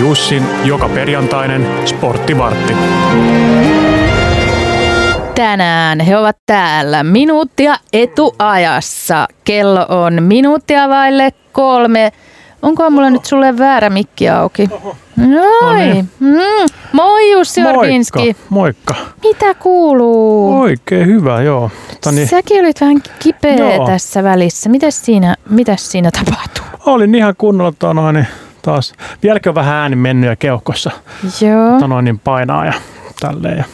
Jussin joka perjantainen sporttivartti. Tänään he ovat täällä minuuttia etuajassa. Kello on minuuttia vaille kolme. Onko mulla nyt sulle väärä mikki auki? Noin. niin. Mm. Moi Jussi Orpinski. Moikka. Mitä kuuluu? Oikein hyvä, joo. Tota Tani, Säkin olit vähän kipeä niin. Joo. tässä välissä. Mitäs siinä, mitäs siinä tapahtuu? olin ihan kunnolla tota noin, niin taas. Vieläkin on vähän ääni mennyt ja keuhkossa No. Joo. tota noin, niin painaa ja tälleen. Ja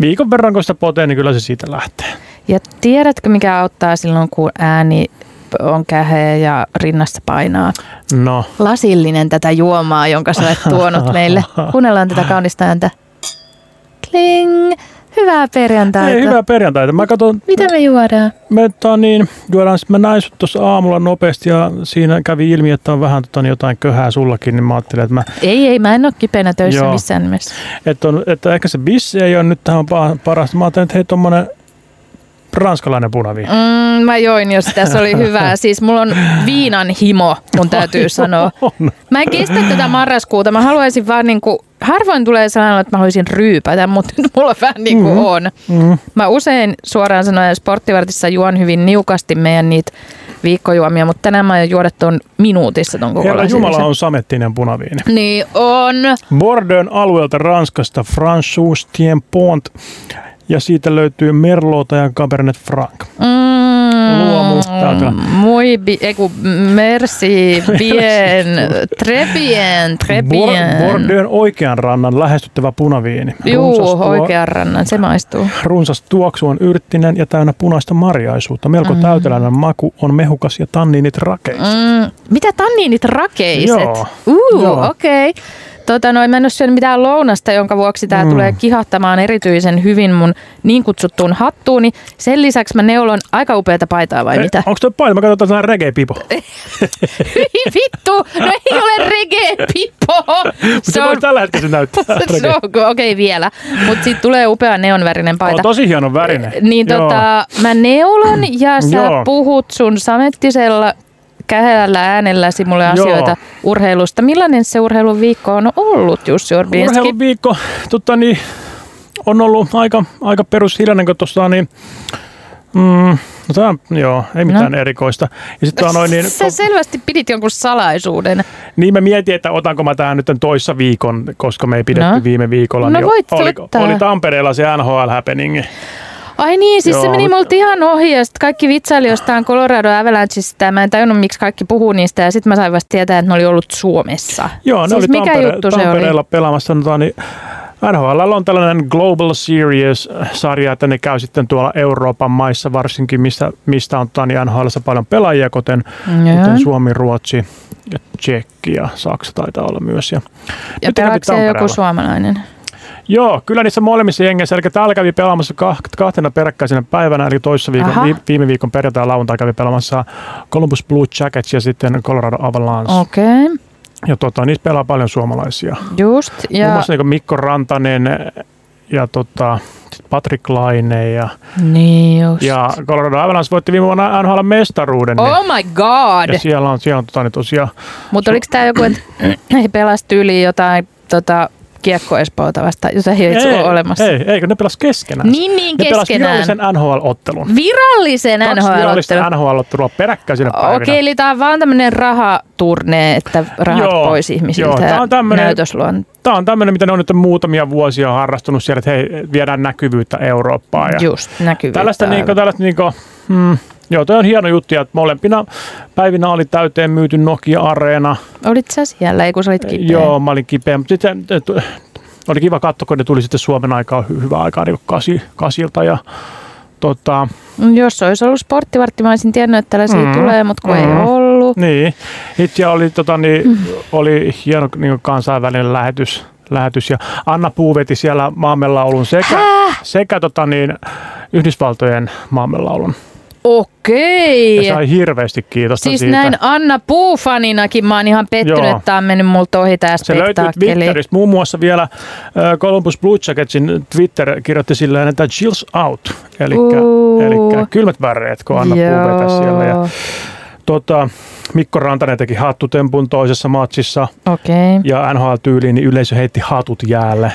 viikon verran kun sitä potee, niin kyllä se siitä lähtee. Ja tiedätkö, mikä auttaa silloin, kun ääni on käheä ja rinnassa painaa? No, Lasillinen tätä juomaa, jonka sä olet tuonut meille. Kuunnellaan tätä kaunista ääntä. Kling! Hyvää perjantaita. ei hyvää perjantaita. Mä katson, Mitä me juodaan? me, tota niin, juodaan, sit mä näin sut tuossa aamulla nopeasti ja siinä kävi ilmi, että on vähän tota, niin jotain köhää sullakin, niin mä ajattelin, että mä Ei, ei, mä en ole kipeänä töissä Joo. missään nimessä. Että, on, että ehkä se bissi ei ole nyt tähän pa- parasta. Mä ajattelin, että hei tommonen ranskalainen punaviini. Mm, mä join jo sitä, se oli hyvää. Siis mulla on viinan himo, mun Mm, täytyy sanoa. On. Mä en kestä tätä marraskuuta. Mä haluaisin vaan niinku, harvoin tulee sellainen, että mä haluaisin ryypätä, mutta nyt mulla vähän niinku mm-hmm. on. Mm. Mä usein suoraan sanoen sporttivartissa juon hyvin niukasti meidän niitä viikkojuomia, mutta tänään mä aion juoda tuon minuutissa ton koko Herra lasillisen. Jumala on samettinen punaviini. Niin on. Bordeön alueelta Ranskasta François Tiempont ja siitä löytyy Merlota ja Cabernet Franc. Mm, Luomu täältä. Muy bi, ei kun, merci, bien, très bien, très Bor- bien. Bordeön oikean rannan lähestyttävä punaviini. Runsas Juu, tuo- oikean rannan, se maistuu. Runsas tuoksu on yrttinen ja täynnä punaista marjaisuutta. Melko mm. täyteläinen maku on mehukas ja tanniinit rakeissa. Mm, mitä tanniinit rakeiset? Joo. Uu, Joo. okei. Okay. Tota, noin, mä en ole syönyt mitään lounasta, jonka vuoksi tämä Mm. tulee kihahtamaan erityisen hyvin mun niin kutsuttuun hattuuni. Sen lisäksi mä neulon aika upeata paitaa vai Eh, mitä? Onko toi paita? Mä katsotaan sellainen reggae-pipo. Hyi vittu! No ei ole reggae, Pippo! Se voi tällä hetkellä se näyttää. se on- okei okay, vielä. Mutta siitä tulee upea neonvärinen paita. On tosi hienon värinen. Niin Joo. tota, mä neulon ja sä Joo. puhut sun samettisella kähelällä äänelläsi mulle Joo. asioita urheilusta. Millainen se urheilun viikko on ollut, Jussi Orbinski? Urheiluviikko tota, niin, on ollut aika, aika perushiljainen, kun tuossa niin, mm, no tää, joo, ei mitään erikoista. Ja sitten on noin, niin, Sä selvästi pidit jonkun salaisuuden. niin mä mietin, että otanko mä tähän nyt tän toissa viikon, koska me ei pidetty No. viime viikolla. No niin voit oli, ottaa. oli Tampereella se NHL happening. Ai niin, siis Joo, se Joo, meni mutta- multa ihan ohi ja sit kaikki vitsaili jostain Colorado Avalancheista ja mä en tajunnut miksi kaikki puhuu niistä ja sit mä sain vasta tietää, että ne oli ollut Suomessa. Joo, ne siis oli mikä Tampere- juttu se oli? Tampereella pelaamassa. No, niin NHL on tällainen Global Series-sarja, että ne käy sitten tuolla Euroopan maissa varsinkin, mistä, mistä on tota, niin NHL paljon pelaajia, kuten, Mm, Joo. kuten Suomi, Ruotsi ja Tsekki ja Saksa taitaa olla myös. Ja, Ja Nyt ne kävi pelaako siellä joku Tampereella. suomalainen? Joo, kyllä niissä molemmissa jengeissä, eli täällä kävi pelaamassa ka- kahtena peräkkäisenä päivänä, eli toissa viikon, Aha. vi- viime viikon perjantai ja lauantai kävi pelaamassa Columbus Blue Jackets ja sitten Colorado Avalanche. Oh. Okei, okay. Ja tota, niissä pelaa paljon suomalaisia. just. Ja... Muun Ja... muassa niin Mikko Rantanen ja tota, sit Patrick Laine ja, Niin just. ja Colorado Avalanche voitti viime vuonna NHL mestaruuden. niin- Oh my god! ja siellä on, siellä on tota, niin tosiaan, Mutta oliko tämä joku, että he pelasi tyyliin jotain tota, kiekko Espoota vastaan, jota ei ole itse ole olemassa? ei, ei, kun ne pelas keskenään. Niin, niin, ne pelas keskenään. virallisen NHL-ottelun. Virallisen Kaksi virallista NHL-ottelu. NHL-ottelua peräkkäisinä päivinä. Okei, eli tämä on vaan tämmöinen rahaturne, että rahat Joo, pois ihmisiltä joo, tää ja on tämmönen- näytösluon. Tämä on tämmöinen, mitä ne on nyt muutamia vuosia harrastunut siellä, että hei, viedään näkyvyyttä Eurooppaan. Ja Just, näkyvyyttä. Tällaista, aivan. niinku, tällaista niinku, mm, joo, toi on hieno juttu, ja että molempina päivinä oli täyteen myyty Nokia-areena. Olit sä siellä, ei kun sä olit kipeä. Joo, mä olin kipeä, mutta sitten et, oli kiva katsoa, kun ne tuli sitten Suomen aikaa hy- hyvää aikaa niin kasi, kasilta ja tota, Jos olisi ollut sporttivartti, mä olisin tiennyt, että tällaisia Mm, tulee, mutta kun mm. ei ollut. niin. Itse oli, tota, niin, Mm-hmm. oli hieno niin kansainvälinen lähetys, lähetys ja Anna Puu veti siellä maamelaulun sekä, sekä tota, niin, Yhdysvaltojen maamelaulun. Okei. Ja sai hirveästi kiitosta Siis siitä. näin Anna Puufaninakin, mä oon ihan pettynyt, Joo. että tää on mennyt multa ohi tää Se löytyy spektaakkeli. Twitteristä. Muun muassa vielä äh, Columbus Blue Jacketsin Twitter kirjoitti silleen, että chills out. Eli Uu. kylmät väreet, kun Anna Puu vetää siellä. Ja, tota, Mikko Rantanen teki hattutempun toisessa matsissa Okei. Okay. ja NHL-tyyliin niin yleisö heitti hatut jäälle.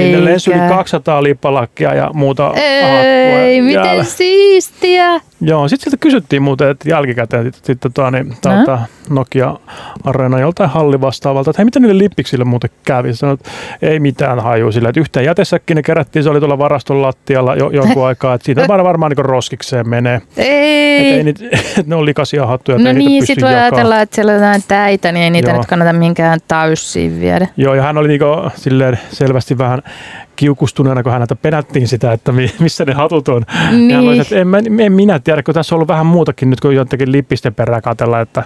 Sinne lensi yli 200 lippalakkia ja muuta hattua Ei, miten jäälle. siistiä. Joo, sitten siltä kysyttiin muuten, että jälkikäteen sit- sitten tota, niin, tältä Nokia Areena joltain hallivastaavalta, että hei, mitä niille lippiksille muuten kävi? Sanoin, että ei mitään haju sillä, että yhteen jätesäkkiin ne kerättiin, se oli tuolla varaston lattialla jo, jonkun aikaa, että siitä varmaan, varmaan niin roskikseen menee. Että ei Ei. niitä, et ne on likaisia hattuja, että No ei niitä niin, pysty sit voi jakaa. ajatella, että siellä on jotain täitä, niin ei niitä Joo. nyt kannata minkään taussiin viedä. Joo, ja hän oli niinku silleen selvästi vähän kiukustuneena, kun häneltä penättiin sitä, että mi- missä ne hatut on. Ja hän oli, Niin. että en, mä, en minä tiedä, kun tässä on ollut vähän muutakin nyt, kun jotenkin lippisten perään katella, että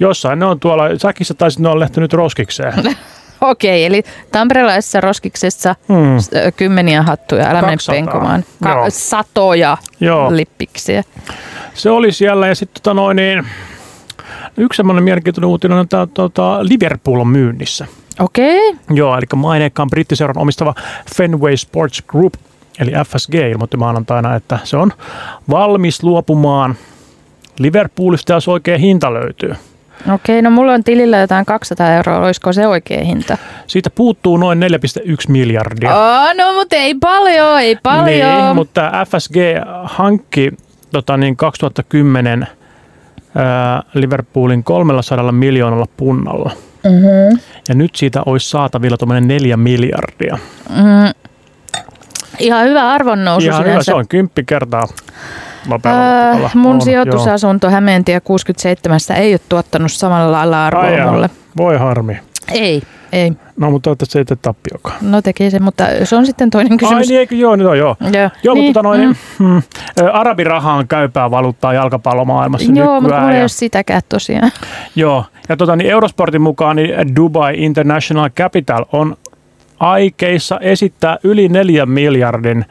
jossain ne on tuolla, säkissä taisin ne on lähtenyt roskikseen. Okei, eli tamperelaisessa roskiksessa Hmm. ö, kymmeniä hattuja, älä mene 200. penkomaan. Ka- Joo. satoja Joo, lippiksiä. se oli siellä ja sitten tota noin, niin, yksi semmoinen mielenkiintoinen uutinen on, että tota, Liverpool on myynnissä. Okei. Joo, eli maineikkaan brittiseuran omistava Fenway Sports Group, eli FSG, ilmoitti maanantaina, että se on valmis luopumaan Liverpoolista, jos oikea hinta löytyy. Okei, no mulla on tilillä jotain 200 euroa, olisiko se oikea hinta? Siitä puuttuu noin 4,1 miljardia. Oh, no mutta ei paljon, ei paljon. Niin, mutta FSG hankki tota niin, 2010 ää, Liverpoolin 300 miljoonalla punnalla. mm-hmm. Ja nyt siitä olisi saatavilla tuommoinen 4 miljardia. mm. Ihan hyvä arvonnousu Ihan hyvä, sinänsä. se on kymppi kertaa nopealla Öö, matkalla. mun On, joo. sijoitusasunto Hämeentie 67 ei ole tuottanut samalla lailla arvoa Ai jaa, mulle. Voi harmi. Ei, ei. No, mutta toivottavasti ei tee tappiokaan. No teki se, mutta se on sitten toinen Kysymys... Ai kysymys. niin, eikö joo, no, joo. Joo, Joo, niin, niin, mutta tota noin, mm. Mm, ö, arabiraha on käypää valuuttaa jalkapallomaailmassa Joo, mutta nykyään. mulla ei ja- ole sitäkään tosiaan. Joo, ja tota, niin Eurosportin mukaan niin Dubai International Capital on aikeissa esittää yli neljän miljardin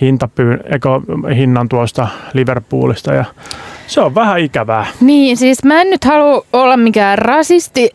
hintapyyn, eikö, hinnan tuosta Liverpoolista ja se on vähän ikävää. Niin, siis mä en nyt halua olla mikään rasisti,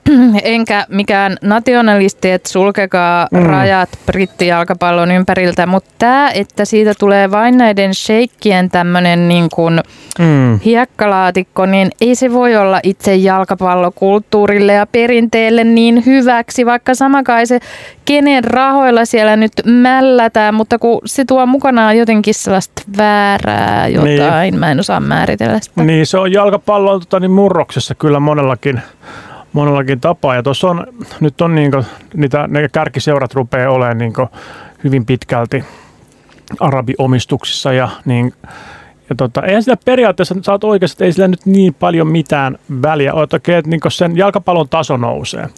enkä mikään nationalisti, että sulkekaa Mm. mm. rajat brittijalkapallon ympäriltä, mutta tämä, että siitä tulee vain näiden sheikkien tämmöinen niin kuin Mm. hiekkalaatikko, niin ei se voi olla itse jalkapallokulttuurille ja perinteelle niin hyväksi, vaikka sama kai se kenen rahoilla siellä nyt mällätään, mutta kun se tuo mukanaan jotenkin sellaista väärää jotain, niin. mä en osaa määritellä sitä. Niin, se on jalkapallon tota, niin murroksessa kyllä monellakin, monellakin tapaa. Ja tuossa on, nyt on niin kuin, niitä, ne kärkiseurat rupeaa olemaan niin kuin, hyvin pitkälti arabiomistuksissa ja niin ja tota, eihän sillä periaatteessa, sä oot oikeassa, että ei sillä nyt niin paljon mitään väliä ole, että okei, että niinku sen jalkapallon taso nousee.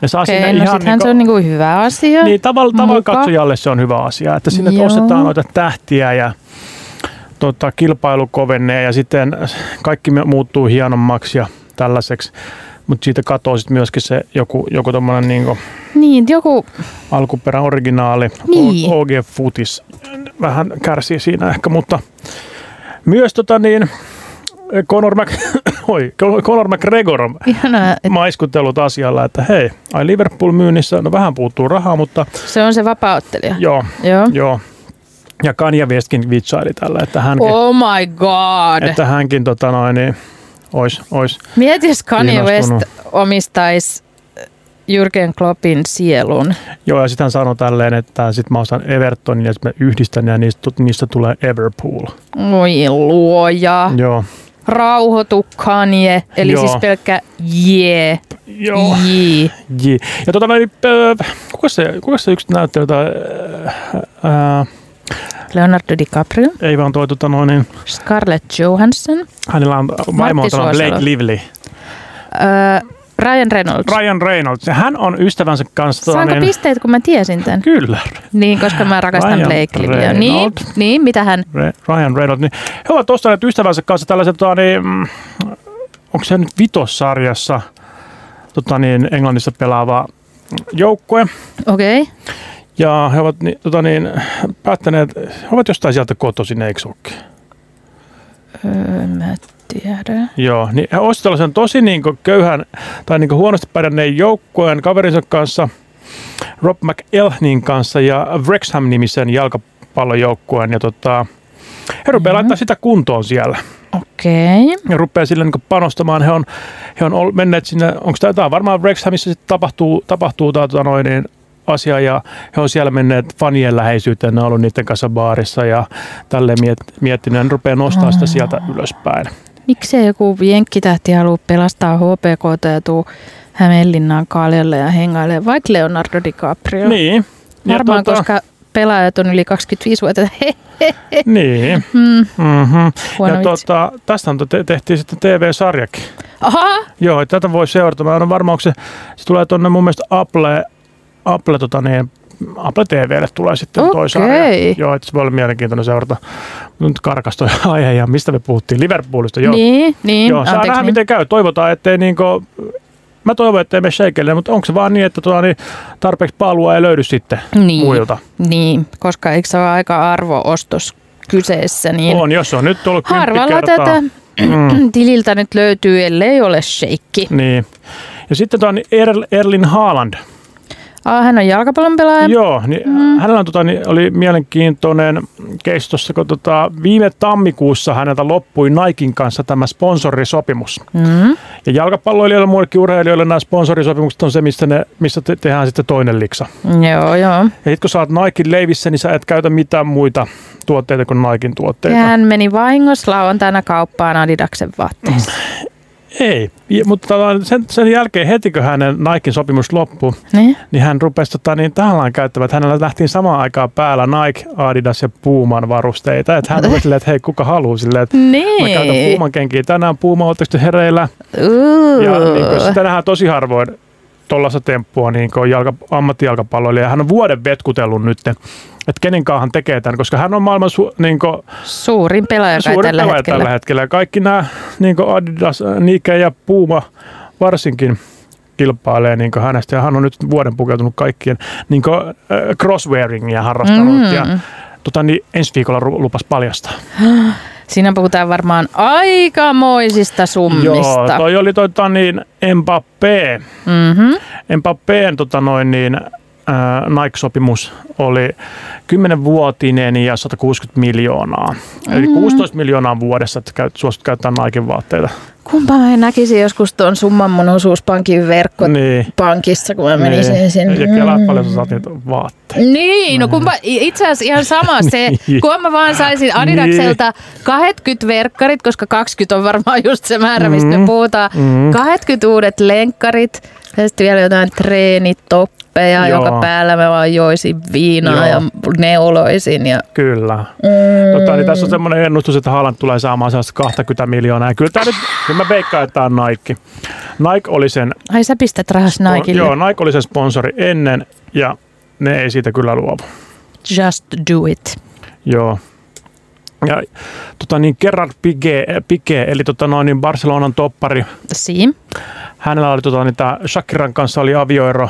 Ne saa Okei, sinne no ihan sittenhän se on niinku hyvä asia. niin, tavan, tavan Muka. katsojalle se on hyvä asia, että sinne Joo. ostetaan noita tähtiä ja tota, kilpailu kovenee ja sitten kaikki me- muuttuu hienommaksi ja tällaiseksi. Mutta siitä katoaa sitten myöskin se joku, joku tommonen niinku niin joku, alkuperä originaali, Niin. O- OG Futis. Vähän kärsii siinä ehkä, mutta myös tota niin, Conor, Mac, oi, Conor McGregor on ihanaa, Mm. että maiskutellut asialla, että hei, ai Liverpool myynnissä, no vähän puuttuu rahaa, mutta se on se vapauttelija. joo, Joo. Joo. Ja Kanye Westkin vitsaili tällä, että hänkin, oh, Oh my god! että hänkin tota noin, niin, ois, ois. Mieti, jos Kanye West Kiinnostunut. omistaisi Jürgen Kloppin sielun. Joo, ja sitten hän sanoi tälleen, että sit mä ostan Evertonin ja sit mä yhdistän ne ja niistä, tu- niistä tulee Everpool. Oi luoja. Joo. Rauhoitu Kanye. Eli Joo. Joo. siis pelkkä jee. Joo. Jee. Jee. Ja tota noin, äh, kuka se, kuka se yksi öö, näyttely, tai, äh, äh, Leonardo DiCaprio. ei vaan toi tota noin, niin, Scarlett Johansson. hänellä on vaimo on tällainen Suosalo. Blake Lively. Öö, Ryan Reynolds. Ryan Reynolds, ja hän on ystävänsä kanssa. tota Saanko niin- pisteet, kun mä tiesin tämän? Kyllä, Niin, koska mä rakastan Ryan Blake Livelyä. Niin, Reynolds. niin, mitä hän? Re- Ryan Reynolds, niin he ovat ostaneet ystävänsä kanssa tällaisen, tota, niin, mm, onko se nyt vitossarjassa tota, niin, Englannissa pelaava joukkue, Okei. Okay. ja he ovat niin, tota, niin, päättäneet, he ovat jostain sieltä kotoisin, eikö se olekin? Öö, mä tiedä. Joo, niin he ostivat tällaisen tosi niin köyhän tai niin huonosti pärjänneen joukkueen kaverinsa kanssa, Rob McElhnin kanssa ja Wrexham-nimisen jalkapallojoukkueen. Ja tota, he rupeaa mm-hmm. Mhm. laittaa sitä kuntoon siellä. Okei. Okay. ja rupeaa sille niin panostamaan. He on, he on ol- menneet sinne, onko tämä, tämä on varmaan Wrexhamissa sitten tapahtuu, tapahtuu tämä tota noin, niin asia ja he on siellä menneet fanien läheisyyteen, ne on ollut niiden kanssa baarissa ja tälleen miet- miettinyt, ne rupeaa nostaa sitä sieltä ylöspäin. Miksei joku jenkkitähti halua pelastaa HPKta ja tuu Hämeenlinnaan kaljalle ja hengailee vaikka Leonardo DiCaprio? Niin. Ja Varmaan, tota- koska pelaajat on yli 25-vuotiaita. He, Niin. mm, Mm-hmm. huono ja vitsi. tota, tästä te- tehtiin sitten TV-sarjakin. Aha! Joo, että tätä voi seurata. Mä en ole varma, onko se, se tulee tuonne mun mielestä Apple, Apple, tota niin, Apple TVlle tulee sitten toi Okei. sarja. Joo, että se voi olla mielenkiintoinen seurata. Nyt karkas toi aihe ja mistä me puhuttiin? Liverpoolista, joo. Niin, niin. joo, saa anteeksi, nähdä niin. miten käy. Toivotaan, ettei niinku, mä toivon, ettei me shakeille, mutta onko se vaan niin, että tuota, niin tarpeeksi palua ei löydy sitten Niin. muilta? Niin, koska eikö se ole aika arvoostos kyseessä, niin On, jos se on nyt ollut kymppi harvalla kertaa. tätä Mm. tililtä nyt löytyy, ellei ole sheikki. Niin. Ja sitten tuo er, Erlin Haaland. Ah, hän on jalkapallon pelaaja. Joo, niin mm. hänellä on, tota, niin oli mielenkiintoinen case tuossa, kun tota, viime tammikuussa häneltä loppui Naikin kanssa tämä sponsorisopimus. Mm. Ja jalkapalloilijoilla ja muillekin urheilijoille nämä sponsorisopimukset on se, mistä, ne, mistä te, tehdään sitten toinen liksa. Joo, joo. Ja sitten kun sä oot Naikin leivissä, niin sä et käytä mitään muita tuotteita kuin Naikin Ja tuotteita. hän meni vahingossa lauantaina kauppaan Adidaksen vaatteissa. Ei, ja, mutta tota, sen, sen jälkeen heti kun hänen Naikin sopimus loppui, Niin? niin hän rupesi tota, niin tahallaan käyttämään, että hänellä lähtiin samaan aikaan päällä Nike, Adidas ja Puuman varusteita. Että hän oli silleen, että hei, kuka haluaa silleen, että mä käytän Niin. Puuman kenkiä tänään, Puuma, ootteko te hereillä? Uu. Ja niin kuin, sitä nähdään tosi harvoin tuollaista temppua niin kuin jalka, ammattijalkapalloilija. Hän on vuoden vetkutellut nyt, että kenenkään hän tekee tämän, koska hän on maailman su, niin kuin, Suurin pelaaja kai suurin tällä pelaaja hetkellä. tällä hetkellä. Kaikki nämä niin kuin Adidas, Nike ja Puma varsinkin kilpailee niin kuin hänestä. Ja hän on nyt vuoden pukeutunut kaikkien niin kuin, äh, crosswearingia harrastanut. Mm. Ja, tota, niin ensi viikolla ru- lupas paljastaa. Siinä puhutaan varmaan aikamoisista Joo, summista. toi oli tota, niin Mbappé. Mhm. Mbappén tota, noin, niin, äh, Nike-sopimus oli 10-vuotinen ja 160 miljoonaa. Eli Mm. 16 miljoonaa vuodessa, että käyt, suostut käyttää Nike vaatteita. Kumpa mä näkisin joskus tuon summan mun osuuspankin verkkopankissa, Niin. kun mä menisin Niin. sinne. Ja kelaat paljon sä saat niitä vaatteita. Niin, no kumpa, itse asiassa ihan sama se, Niin. kun mä vaan saisin Adidakselta 20 verkkarit, koska 20 on varmaan just se määrä, mistä me puhutaan. Mm. 20 uudet lenkkarit, ja sitten vielä jotain Joo. treenitoppeja, jonka päällä mä vaan joisin viinaa Joo. ja neuloisin. Ja... Kyllä. Tota, niin tässä on semmoinen ennustus, että Haaland tulee saamaan sellaista 20 miljoonaa. Ja kyllä tämä nyt, kyllä mä veikkaan, että tämä on Nike. Nike oli sen, Ai sä pistät rahas Nikelle. joo, Nike oli sen sponsori ennen ja ne ei siitä kyllä luovu. Just do it. Joo. Ja tota niin, Gerard Piqué, Piqué eli tota noin, niin Barcelonan toppari, Siin. hänellä oli tota, niin, tää Shakiran kanssa oli avioero,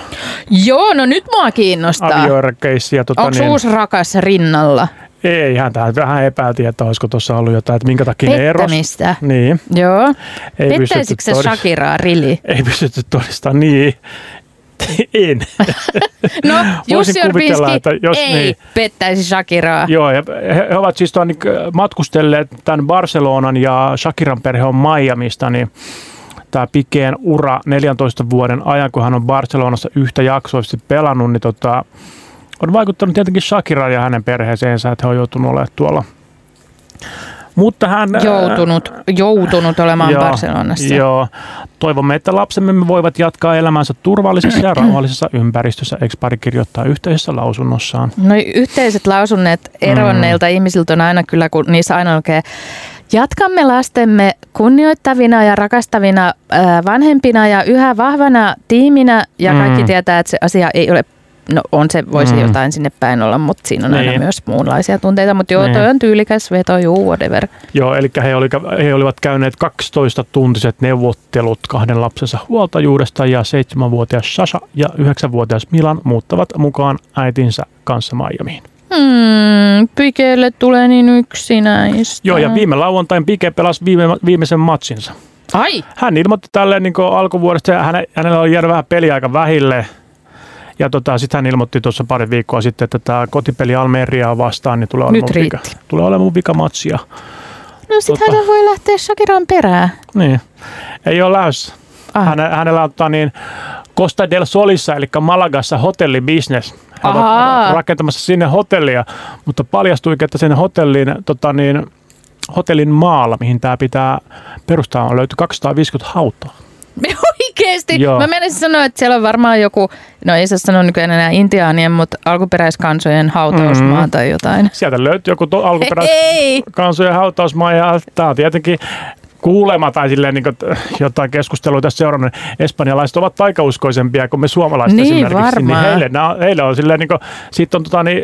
Joo, no nyt mua kiinnostaa. avioerokeissi. ja Tota, Onko niin, uusi rakas rinnalla? Ei, häntä vähän epäiltiin, että olisiko tuossa ollut jotain, että minkä takia ne eros. Pettämistä. Niin, Joo. ei pystytty, Pettäisikö se todist- Shakiraa rili? ei pystytty todistamaan, niin. en. No, Voisin Jussi kuvitella, Orpinski että jos ei niin. pettäisi Shakiraa. Joo, ja he, he ovat siis tuon, niin, matkustelleet tämän Barcelonan ja Shakiran perhe on Miamista, niin tämä Pikeen ura 14 vuoden ajan, kun hän on Barcelonassa yhtä jaksoisesti pelannut, niin tota, on vaikuttanut tietenkin Shakiran ja hänen perheeseensä, että he on joutunut olemaan tuolla. Mutta hän... Joutunut, joutunut olemaan Joo, Barcelonassa. Joo. Toivomme, että lapsemme voivat jatkaa elämänsä turvallisessa ja rauhallisessa ympäristössä, eikö pari kirjoittaa yhteisessä lausunnossaan. No yhteiset lausunneet eronneilta mm. ihmisiltä on aina kyllä, kun niissä aina lukee, jatkamme lastemme kunnioittavina ja rakastavina ää, vanhempina ja yhä vahvana tiiminä ja kaikki Mm. tietää, että se asia ei ole No on se, voisi Mm. mm. jotain sinne päin olla, mutta siinä on niin. aina Niin. myös muunlaisia tunteita. Mutta joo, Niin. toi on tyylikäs veto, juu, whatever. Joo, eli he, oli, he olivat käyneet 12-tuntiset neuvottelut kahden lapsensa huoltajuudesta ja 7-vuotias Sasha ja 9-vuotias Milan muuttavat mukaan äitinsä kanssa Miamiin. Hmm, pikelle tulee niin yksinäistä. Joo, ja viime lauantain Pike pelasi viime, viimeisen matsinsa. Ai! Hän ilmoitti tälleen niin alkuvuodesta, ja häne, hänellä oli jäänyt vähän peliaika vähille. Ja tota, sitten hän ilmoitti tuossa pari viikkoa sitten, että tämä kotipeli Almeriaa vastaan niin tulee Nyt olemaan, vika, riitti. tulee olemaan vikamatsia. No sittenhän se voi lähteä Shakiran perään. Niin. Ei ole läys. Ah. Häne, hänellä on tota niin, Costa del Solissa, eli Malagassa, hotellibisnes. Hän on Ahaa. rakentamassa sinne hotellia, mutta paljastui, että sen hotellin, tota niin, hotellin maalla, mihin tämä pitää perustaa, on löytyi 250 hautaa. Me oikeesti? Joo. Mä menisin sanoa, että siellä on varmaan joku, no ei saa sanoa nykyään enää intiaanien, mutta alkuperäiskansojen hautausmaa Mhm. mm. tai jotain. Sieltä löytyi joku to- alkuperäis, Ei! kansojen hautausmaa ja tämä on tietenkin kuulema tai silleen, niin kuin, jotain keskustelua tässä seurannut. niin Espanjalaiset ovat taikauskoisempia kuin me suomalaiset Niin, esimerkiksi. varmaan. Niin heille, nää, heille on silleen, niin kuin, siitä on tota, niin,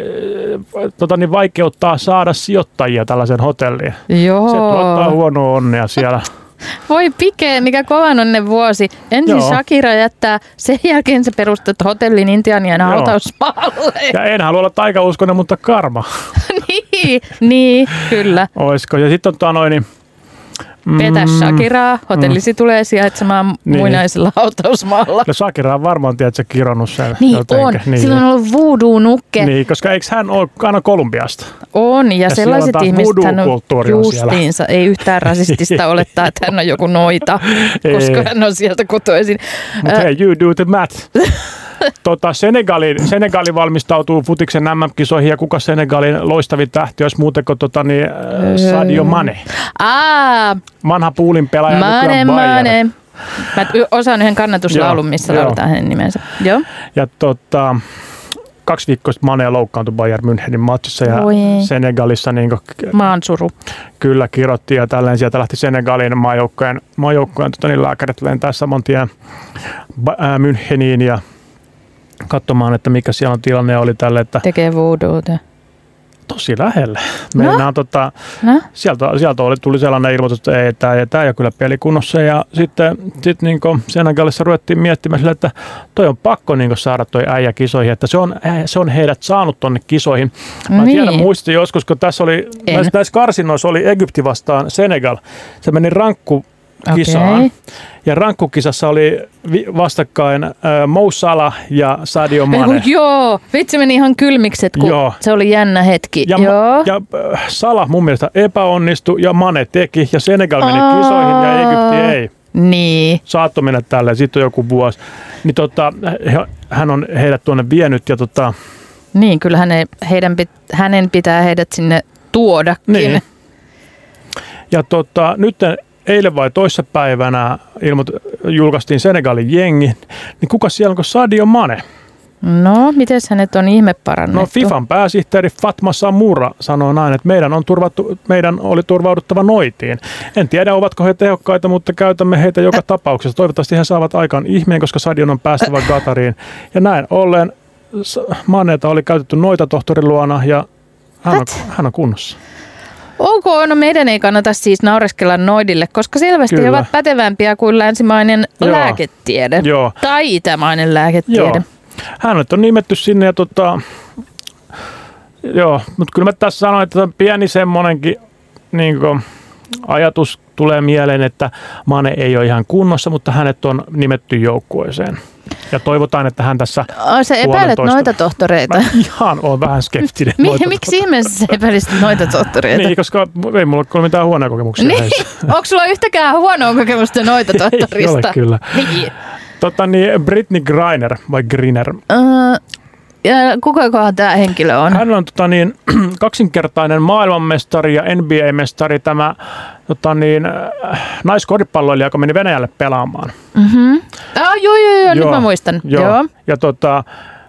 äh, tota, niin, vaikeuttaa saada sijoittajia tällaiseen hotelliin. Joo. Se tuottaa huonoa onnea siellä. Voi pike, mikä kovan on ne vuosi. Ensin Joo. Joo. Shakira jättää, sen jälkeen sä perustat hotellin Intianien Joo. hautausmaalle. Ja en halua olla taikauskoinen, mutta karma. niin, niin, kyllä. Oisko? Ja sitten on tota, noin, niin, mm, Petä Shakiraa, hotellisi tulee sijaitsemaan Niin. muinaisella hautausmaalla. No Sakira on varmaan tiedätkö, kironnut sen Niin jotenkin. on. Niin. Sillä on ollut voodoo-nukke. niin, koska eikö hän ole aina Kolumbiasta? On, ja, siellä ja on sellaiset taas ihmiset hän on voodoo-kulttuuri on siellä. justiinsa. Ei yhtään rasistista olettaa, että hän on joku noita, koska Ei. hän on sieltä kotoisin. Mutta hei, you do the math. Tota, Senegalin, Senegali valmistautuu futiksen MM-kisoihin ja kuka Senegalin loistavin tähti olisi muuten kuin tota, niin, äh, Sadio Mane. Aa, Vanha puulin pelaaja Mane, nykyään Bayern. Mane. Mä y- osaan yhden kannatuslaulun, Joo, missä joo. lauletaan hänen nimensä. Joo. Ja tota, kaksi viikkoa sitten Mane loukkaantui Bayern Münchenin matsissa ja Voi ei. Senegalissa niin kuin, Maan suru. kyllä kirottiin ja tälleen sieltä lähti Senegalin maajoukkojen, maajoukkojen tota, niin lääkärit lentää saman tien Ba- ää, Müncheniin ja katsomaan, että mikä siellä on tilanne ja oli tälle, että Tekee voodoote. tosi lähellä. Meinaan, no? tota, No? sieltä, sieltä oli, tuli sellainen ilmoitus, että ei, tämä, tämä ei ole kyllä pelikunnossa. Ja sitten sit niin Senegalissa ruvettiin miettimään sillä, että toi on pakko niin saada toi äijä kisoihin, että se on, eh, se on heidät saanut tonne kisoihin. Mä niin. tiedän, muistin joskus, kun tässä oli, En. näissä, näissä karsinnoissa oli Egypti vastaan Senegal. Se meni rankku kisaan. Okei. Ja rankkukisassa oli vi- vastakkain äh, Mo Salah ja Sadio Mane. Ei kun Joo, vitsi meni ihan kylmikset, kun Joo. se oli jännä hetki. Ja, Joo. ja äh, Sala mun mielestä epäonnistui ja Mane teki ja Senegal meni Aa. kisoihin ja Egypti ei. Niin. Saattoi mennä tällä, sitten on joku vuosi. Niin tota, he- hän on heidät tuonne vienyt ja tota, Niin, kyllä hänen, heidän pit, hänen pitää heidät sinne tuodakin. niin. Ja tota, nyt eilen vai toissapäivänä ilmoit, julkaistiin Senegalin jengi, niin kuka siellä onko Sadio Mane? No, miten hänet on ihme parannettu? No FIFAn pääsihteeri Fatma Samura sanoo näin, että meidän, on turvattu, meidän oli turvauduttava noitiin. En tiedä, ovatko he tehokkaita, mutta käytämme heitä joka tapauksessa. Toivottavasti he saavat aikaan ihmeen, koska stadion on päästävä Katariin. Ja näin ollen s- Maneeta oli käytetty noita tohtorin luona ja hän on, hän on kunnossa. Ok, no meidän ei kannata siis naureskella noidille, koska selvästi Kyllä. he ovat pätevämpiä kuin länsimainen Joo. Joo. lääketiede. Joo. Tai itämainen lääketiede. Joo. Hänet on nimetty sinne ja tota, joo, mutta kyllä mä tässä sanoin, että on pieni semmoinenkin niin ajatus tulee mieleen, että Mane ei ole ihan kunnossa, mutta hänet on nimetty joukkueeseen. Ja toivotaan, että hän tässä, Aa, Sä Ah, epäilet Puolentoista. noita tohtoreita. mä ihan on vähän skeptinen. Mi- noita- miksi ihmeessä sä epäilisit noita tohtoreita? Niin, koska ei mulla ole mitään huonoja kokemuksia Niin, heissä. onko sulla yhtäkään huonoa kokemusta noita Ei ole tohtorista? kyllä. Niin. Tota niin, Britney Griner vai Griner. Öö, ja kukakohan tämä henkilö on? Hän on tota niin, kaksinkertainen maailmanmestari ja NBA-mestari, tämä tota niin, äh, naiskoripalloilija, joka meni Venäjälle pelaamaan. Mm-hmm. Ah, joo, joo, joo, nyt mä muistan. Joo. joo. Ja tota,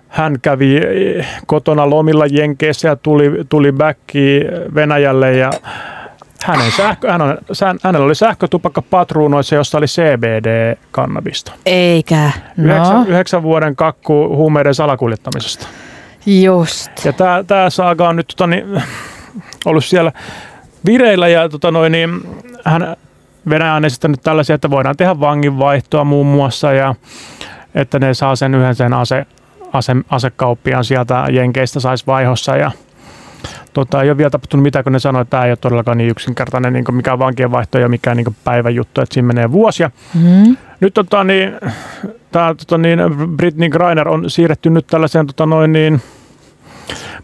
hän kävi eh, kotona lomilla Jenkeissä ja tuli, tuli backi Venäjälle ja hänen sähkö, hän on, sään- hänellä oli sähkötupakka patruunoissa, jossa oli CBD-kannabista. Eikä. No, Yhdeksän, yhdeksän vuoden kakku huumeiden salakuljettamisesta. just. Ja tämä, tämä saaga on nyt tota, niin, ollut siellä vireillä ja tota, noin, niin, hän Venäjä on esittänyt tällaisia, että voidaan tehdä vanginvaihtoa muun muassa ja että ne saa sen yhden sen ase, ase, asekauppiaan sieltä Jenkeistä saisi vaihossa ja Tota, ei ole vielä tapahtunut mitään, kun ne sanoi, että tämä ei ole todellakaan niin yksinkertainen niin mikään vankien vaihto ja mikään niin päivän juttu, että siinä menee vuosia. Mm. Nyt tota, niin, tää, tota, niin, Britney Griner on siirretty nyt tällaiseen, tota, noin, niin,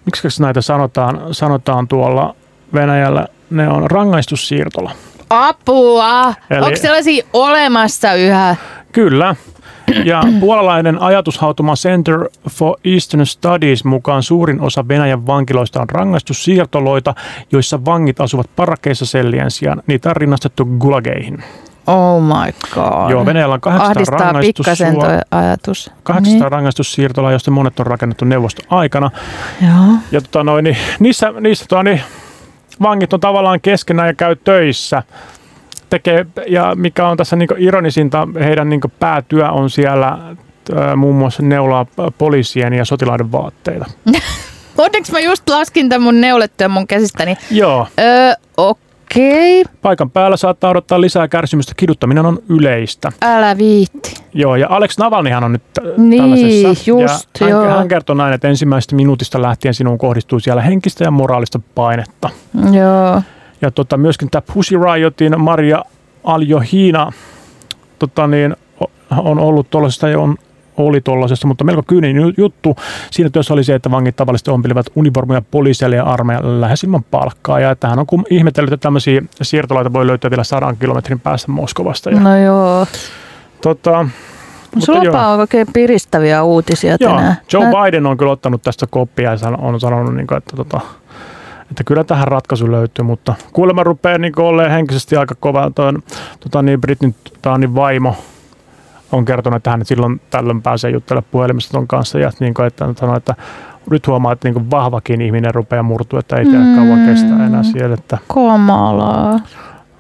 miksi näitä sanotaan, sanotaan tuolla Venäjällä, ne on rangaistussiirtola. Apua! Eli- Eli... Onko sellaisia olemassa yhä? Kyllä. Ja puolalainen ajatushautuma Center for Eastern Studies mukaan suurin osa Venäjän vankiloista on rangaistussiirtoloita, joissa vangit asuvat parakeissa sellien sijaan. Niitä on rinnastettu gulageihin. Oh my god. Joo, Venäjällä on 800 Ahdistaa pikkasen Mm. rangaistussuo- tuo ajatus. 800 rangaistussiirtolaa, joista monet on rakennettu neuvoston aikana. Niin. Joo. Ja tota noin, niin niissä, niissä tota niin, vangit on tavallaan keskenään ja käy töissä. Tekee, ja mikä on tässä niin ironisinta, heidän niin päätyö on siellä ö, muun muassa neulaa p- poliisien ja sotilaiden vaatteita. Onneksi mä just laskin tämän mun neulettyä mun käsistäni. Joo, Öö, okei. Okay. paikan päällä saattaa odottaa lisää kärsimystä, kiduttaminen on yleistä. Älä viitti. Joo, ja Alex Navalnihan on nyt t- Niin, tällaisessa. just, ja hän, joo. hän kertoo näin, että ensimmäisestä minuutista lähtien sinuun kohdistuu siellä henkistä ja moraalista painetta. Joo. Ja tota, myöskin tämä Pussy Riotin Maria Aljohina tota niin, o- on ollut tuollaisesta ja on, oli tuollaisesta, mutta melko kyyninen ju- juttu. Siinä työssä oli se, että vangit tavallisesti ompelivat uniformuja poliiseille ja armeijalle lähes ilman palkkaa. Ja että hän on kum- ihmetellyt, että tämmöisiä siirtolaita voi löytyä vielä sadan kilometrin päässä Moskovasta. Ja, No joo. tota, Mutta Sulapa on oikein piristäviä uutisia Joo, tänään. Joe Mä- Biden on kyllä ottanut tästä koppia ja san- on sanonut, niin kuin, että, tota, että kyllä tähän ratkaisu löytyy, mutta kuulemma rupeaa niin olemaan henkisesti aika kova. Tuon, tota, niin Britney Taanin vaimo on kertonut, että hän silloin tällöin pääsee juttelemaan puhelimessa ton kanssa ja niin kuin, että, hän sanoi, että nyt huomaa, että niin kuin vahvakin ihminen rupeaa murtua, että ei tiedä kauan Mm. kestää enää siellä, että Kamalaa.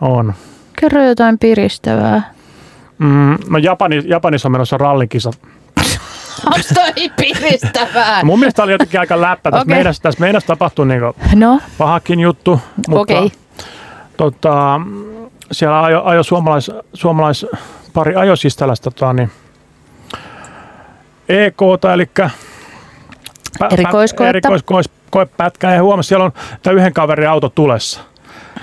on. Kerro jotain piristävää. Mm, no Japani, Japanissa on menossa rallikisa. Onko toi piristävää? Mun mielestä tää oli jotenkin aika läppä. Tässä, Okei. okay. meidässä, tässä meidässä tapahtui niin kuin No, pahakin juttu, mutta okei. Okay. tota, siellä ajo, ajo suomalais, suomalais, pari ajo siis tällaista tota, niin, E EK, eli Erikoiskoetta. erikoiskoepätkää. Ja huomasi, siellä on tämä yhden kaverin auto tulessa.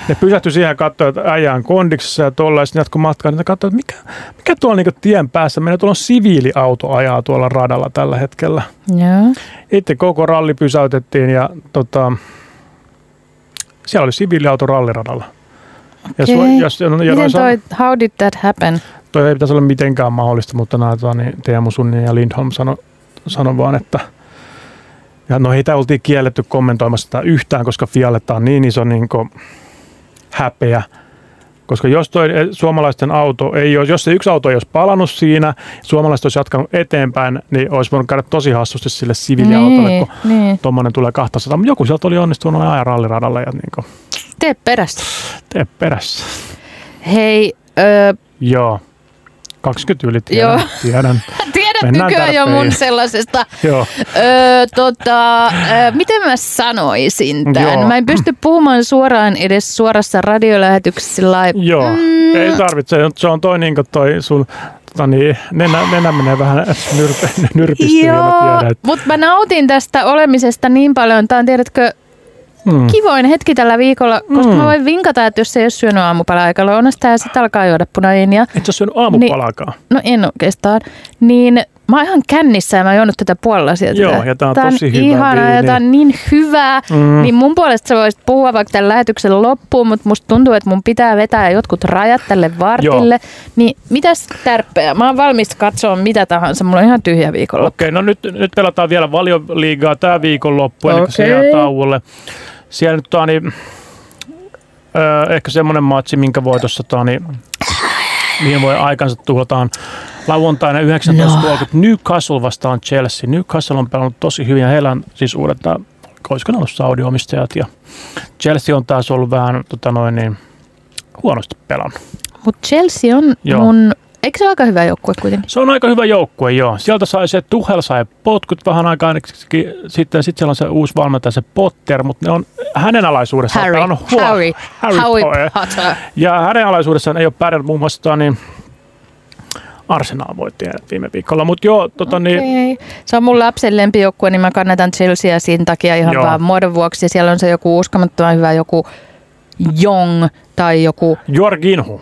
Ne pysähtyi siihen ja katsoi, että äijä on kondiksessa ja tuolla, ja sitten jatkoi matkaa, niin ne katsoi, että mikä, mikä tuolla niinku tien päässä menee, tuolla on siviiliauto ajaa tuolla radalla tällä hetkellä. Joo. Itse koko ralli pysäytettiin ja tota, siellä oli siviiliauto ralliradalla. Ja, Okei. sua, jos, ja Miten noissa- toi, how did that happen? toi ei pitäisi olla mitenkään mahdollista, mutta nämä tota, niin Teemu Sunni ja Lindholm sano, sano vaan, että ja no heitä oltiin kielletty kommentoimassa sitä yhtään, koska Fialle tämä on niin iso niin kuin, häpeä. Koska jos toi eh, suomalaisten auto ei olisi, jos se yksi auto ei olisi palannut siinä, suomalaiset olisi jatkanut eteenpäin, niin olisi voinut käydä tosi hassusti sille siviiliautolle, kun Niin, niin. tuommoinen tulee 200, mutta joku sieltä oli onnistunut ajan ralliradalle ja niin kuin, Tee perästä. tee perässä. Hei, öö, Joo. 20 yli tiedän. Joo. tiedän. tiedät Mennään nykyään jo tarpeen. mun sellaisesta Joo. Öö, tota, öö, miten mä sanoisin tämän? Joo. Mä en pysty puhumaan suoraan edes suorassa radiolähetyksessä sillä lailla- Joo, mm. ei tarvitse. Se on toi, niin toi sun tota niin, nenä, nenä menee vähän nyrpe, nyrpistyy ja mä tiedän, että, mutta mä nautin tästä olemisesta niin paljon. Tämä on tiedätkö mm, kivoin hetki tällä viikolla, koska Mm. mä voin vinkata, että jos ei ole syönyt aamupalaa aika lounasta ja sitten alkaa juoda punaviinia, et sä oo syönyt aamupalaakaan. no en oikeastaan, niin mä oon ihan kännissä ja mä oon juonut tätä puolella sieltä. Joo, ja tää on tosi hyvä ihanaa ja viini. tää on niin hyvää. Mm. Niin mun puolesta sä voisit puhua vaikka tämän lähetyksen loppuun, mutta musta tuntuu, että mun pitää vetää jotkut rajat tälle vartille. Joo. Niin mitäs tärppeä? Mä oon valmis katsoa mitä tahansa. Mulla on ihan tyhjä viikolla. Okei, no nyt, nyt pelataan vielä valioliigaa tämä viikonloppu, ennen kuin se Okei. jää tauolle. Siellä nyt on niin, öö, ehkä semmoinen matsi, minkä voitossa tota, niin, mihin voi aikansa tuhlataan. Lauantaina 19.30 Newcastle vastaan Chelsea. Newcastle on pelannut tosi hyvin ja heillä on siis uudet, tää- olisiko ne ollut Saudi-omistajat. Ja Chelsea on taas ollut vähän tota noin, niin, huonosti pelannut. Mutta Chelsea on Joo. Joo. mun... Eikö se ole aika hyvä joukkue kuitenkin? Se on aika hyvä joukkue, joo. Sieltä sai se, Tuhel sai potkut vähän aikaa, ainakin. sitten, sitten siellä on se uusi valmentaja, se Potter, mutta ne on hänen alaisuudessaan. Harry, on huo- Harry, Harry, Harry Potter. Potter. Ja hänen alaisuudessaan ei ole pärjännyt muun muassa tota, niin Arsenal voitti viime viikolla, mutta joo, tota, niin, Okei. Se on mun lapsen lempijoukkue, niin mä kannatan Chelseaa siinä takia ihan Joo. Joo. vaan muodon vuoksi. Ja Siellä on se joku uskomattoman hyvä joku Jong tai joku Jorginho,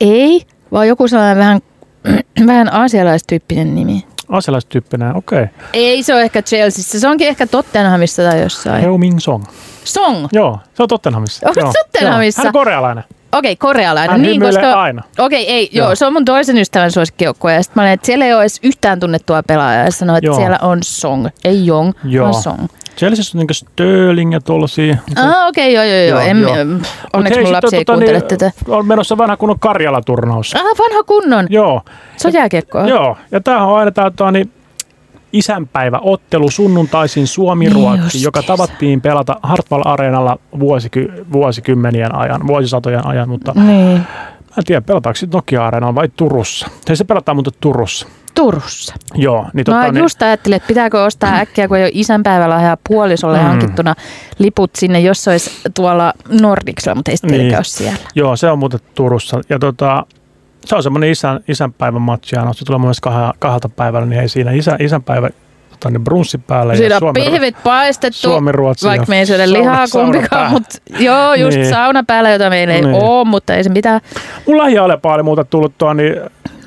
ei, vaan joku sellainen vähän, vähän aasialaistyyppinen nimi. asialaistyyppinen, okei. Okay. Ei se ole ehkä Chelseassa, se onkin ehkä Tottenhamissa tai jossain. Heung-Min Song. Song. Joo, se on Tottenhamissa. Onko Joo, Tottenhamissa? joo. Hän on korealainen. Okei, okay, korealainen. Hän niin, hymyilee koska... aina. Okei, okay, ei, joo. Joo. se on mun toisen ystävän suosikkijoukkoja. Ja sitten mä olin, että siellä ei ole edes yhtään tunnettua pelaajaa. Ja sanoin, että Joo. siellä on Song. Ei Jong, Joo. vaan Song. Chelseassa on niinku Sterling ja tuollaisia. Ah, okei, joo, joo, joo. Joo, En, joo. joo. Mut Onneksi hei, mun sit lapsi on ei tota kuuntele niin, tätä. On menossa vanha kunnon Karjala-turnaus. Ah, vanha kunnon. Joo, Se on jääkiekkoa. joo. Ja tämähän on aina tämä tota, niin, isänpäiväottelu sunnuntaisin Suomi-Ruotsi, Niin joka justiinsa. tavattiin pelata Hartwall Areenalla vuosiky, vuosikymmenien ajan, vuosisatojen ajan, mutta mä Niin. en tiedä, pelataanko sitten Nokia Areenalla vai Turussa. Tai se pelataan muuten Turussa. Turussa. Joo, niin Mä tota, niin, No, just ajattelin, että pitääkö ostaa äkkiä, kun ei ole isänpäivälahjaa puolisolle mm. Mm. hankittuna liput sinne, jos se olisi tuolla Nordicsilla, mutta ei sitten Niin. niin. ole siellä. Joo, se on muuten Turussa. Ja tota, se on semmoinen isän, isänpäivän matchi aina. Se tulee mun mielestä kahdelta, kahdelta päivällä, niin ei siinä isä, isänpäivä tota, niin brunssi päällä. Siinä ja on Suomi, pihvit paistettu, Suomi, Ruotsi. vaikka ja me ei syödä sauna- lihaa sauna päällä. kumpikaan, mutta joo, just niin. Niin. sauna päällä, jota meillä ei niin. Niin. ole, mutta ei se mitään. Mun lähialepaa oli muuta tullut tuo, niin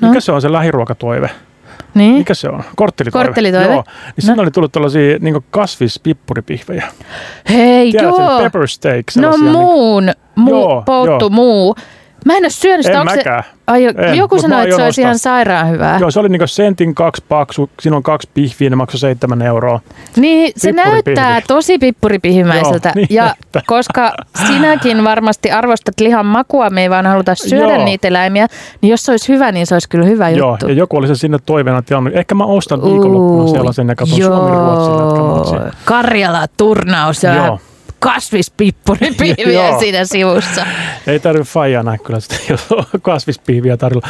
No. mikä se on se lähiruokatoive? Niin? Mikä se on? Korttelitoive. Korttelitoive. Joo. Niin no. siinä oli tullut tällaisia niin kasvispippuripihvejä. Hei, Tiedätkö, joo. pepper steak. No sellaisia, niin- muun, muu, Joo, pouttu joo. muu. Mä en ole syönyt niin, sitä. en onko se- Äh. mäkään. Ai, En, joku mut mä sanoi, että aion se olisi ostaa. ihan sairaan hyvää. Joo, se oli niinku sentin kaksi paksu, siinä on kaksi pihviä, ne maksoi seitsemän euroa. Niin, se Pippuripihvi. näyttää tosi pippuripihimäiseltä. Joo, niin ja näyttää. koska sinäkin varmasti arvostat lihan makua, me ei vaan haluta syödä Joo. Joo. niitä eläimiä, niin jos se olisi hyvä, niin se olisi kyllä hyvä Joo, juttu. ja joku oli se sinne toiveena tilannut. Ehkä mä ostan viikonloppuna sellaisen ja katson Suomen Ruotsin Karjala-turnaus ja Joo. kasvispippuripihviä Joo. siinä sivussa. Ei tarvitse faijaa nähdä kyllä sitä, jos on kasvispihviä tarjolla.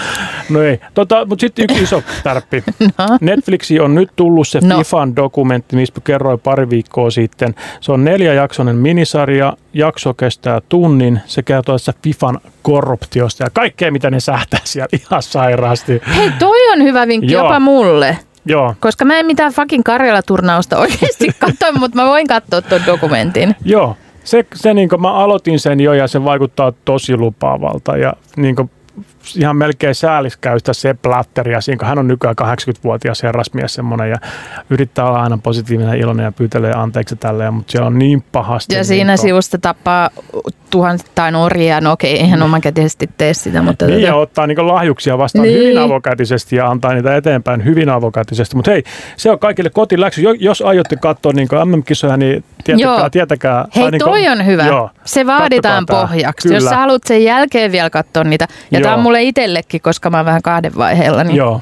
No ei. Tota, mutta sitten yksi iso tärppi. No. Netflixi on nyt tullut se No. FIFAn dokumentti, mistä kerroin pari viikkoa sitten. Se on neljäjaksoinen minisarja, jakso kestää tunnin. Se kertoo tässä FIFAn korruptiosta ja kaikkea, mitä ne sähtää siellä ihan sairaasti. Hei, toi on hyvä vinkki Joo. jopa mulle. Joo, Koska mä en mitään fucking Karjala-turnausta oikeasti katso, mutta mä voin katsoa tuon dokumentin. Joo, se, se niin mä aloitin sen jo ja se vaikuttaa tosi lupaavalta ja niin ihan melkein säälis käystä se platteria siinä, kun hän on nykyään 80-vuotias herrasmies semmoinen ja yrittää olla aina positiivinen ja iloinen ja pyytelee anteeksi tälleen, mutta siellä on niin pahasti. Ja niin siinä kuin- sivusta tapaa tuhansittain orjia. No okei, eihän omakätisesti tee sitä, mutta... Niin, ja tota- ottaa niin lahjuksia vastaan Niin. niin. hyvin avokätisesti ja antaa niitä eteenpäin hyvin avokätisesti. Mutta hei, se on kaikille kotiläksy. Jo- Jos aiotte katsoa niin MM-kisoja, niin tietäkää. Joo. tietäkää tai Hei, niin toi on hyvä. Joo. Se vaaditaan Kattokaa tää. pohjaksi. Jos Kyllä. sä haluat sen jälkeen vielä katsoa niitä. Ja tämä on Joo. mulle itsellekin, koska mä oon vähän kahden vaiheella. Niin Joo.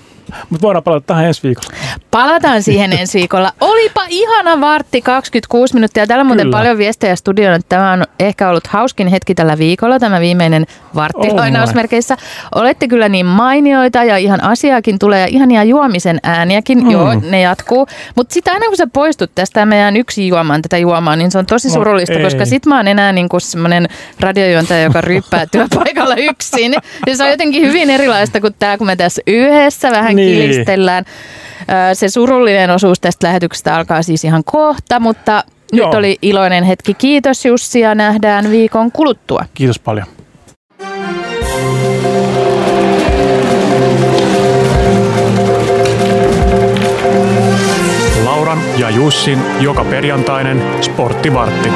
Mutta voidaan palata tähän ensi viikolla. palataan siihen ensi viikolla. Olipa ihana vartti 26 minuuttia. Täällä on muuten Kyllä. paljon viestejä studioon. että Tämä on ehkä ollut hauskin hetki tällä viikolla, tämä viimeinen vartti Oh my. lainausmerkeissä. Olette kyllä niin mainioita ja ihan asiaakin tulee ja ihania juomisen ääniäkin. Hmm. Mm. Joo, ne jatkuu. Mutta sitten aina kun sä poistut tästä ja mä jään yksi juomaan tätä juomaa, niin se on tosi No surullista, ei. koska sit mä oon enää niin kuin semmoinen radiojuontaja, joka ryppää työpaikalla yksin. Ja se on jotenkin hyvin erilaista kuin tämä, kun me tässä yhdessä vähän Niin. kilistellään. Ö, Se surullinen osuus tästä lähetyksestä alkaa siis ihan kohta, mutta Joo. nyt Joo. oli iloinen hetki. Kiitos Jussi ja nähdään viikon kuluttua. Kiitos paljon. Lauran ja Jussin joka perjantainen sporttivartti.